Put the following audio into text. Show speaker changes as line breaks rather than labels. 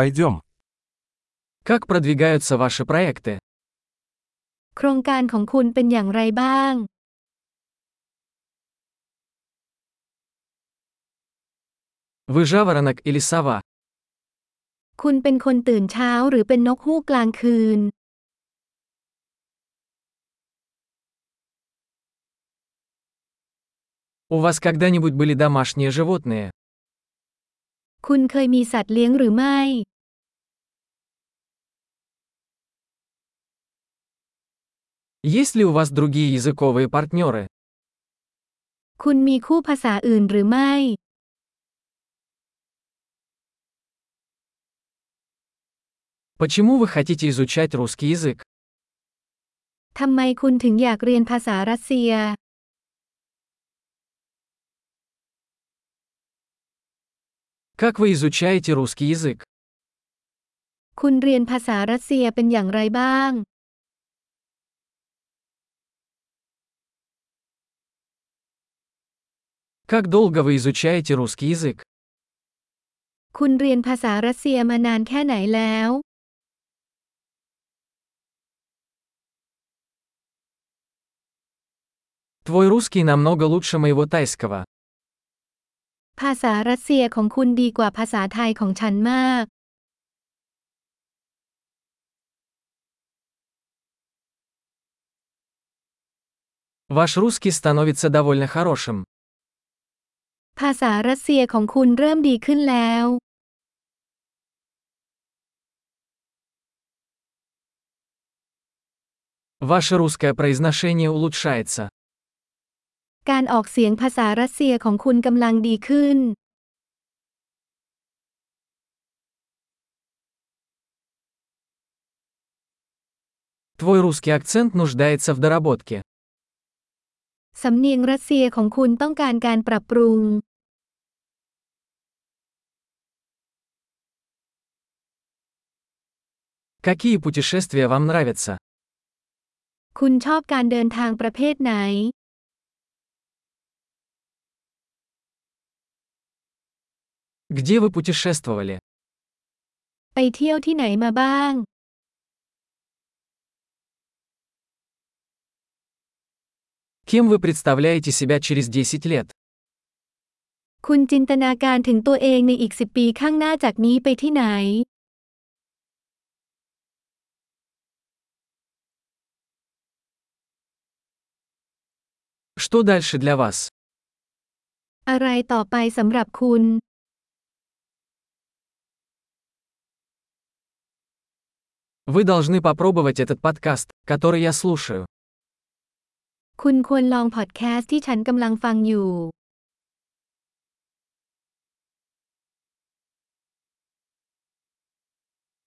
Пойдем.
Как продвигаются ваши проекты?
โครงการของคุณเป็นอย่างไรบ้าง
Вы жаворонок или сова?
คุณเป็นคนตื่นเช้าหรือเป็นนกฮูกกลางคืน
У вас когда-нибудь были домашние животные?
คุณเคยมีสัตว์เลี้ยงหรือไม่
Есть ли у вас другие языковые партнеры?
คุณมีคู่ภาษาอื่นหรือไม่
Почему вы хотите изучать русский язык?
ทำไมคุณถึงอยากเรียนภาษารัสเซีย
Как вы изучаете русский язык?
คุณเรียนภาษารัสเซียเป็นอย่างไรบ้าง
Как долго вы изучаете русский язык?
คุณเรียนภาษารัสเซียมานานแค่ไหนแล้ว
Твой русский намного лучше моего тайского.
ภาษารัสเซียของคุณดีกว่าภาษาไทยของฉันมาก
Ваш русский становится довольно хорошим.
ภาษารัสเซียของคุณเริ่มดีขึ้นแล้ว
Ваше русское произношение улучшается.
การออกเสียงภาษารัสเซียของคุณกำลังดีขึ้น
Твой русский акцент нуждается в доработке.
สำเนียงรัสเซียของคุณต้องการการปรับปรุง
Какие путешествия вам нравятся?
คุณชอบการเดินทางประเภทไหน
Где вы путешествовали?
ไปเที่ยวที่ไหนมาบ้าง
Кем вы представляете себя через 10 лет?
คุณจินตนาการถึงตัวเองในอีก 10 ปีข้างหน้าจากนี้ไปที่ไหน
Что дальше для вас?
อะไรต่อไปสำหรับคุณ
Вы должны попробовать этот подкаст, который я слушаю.
คุณควรลองพอดแคสต์ที่ฉันกำลังฟังอยู่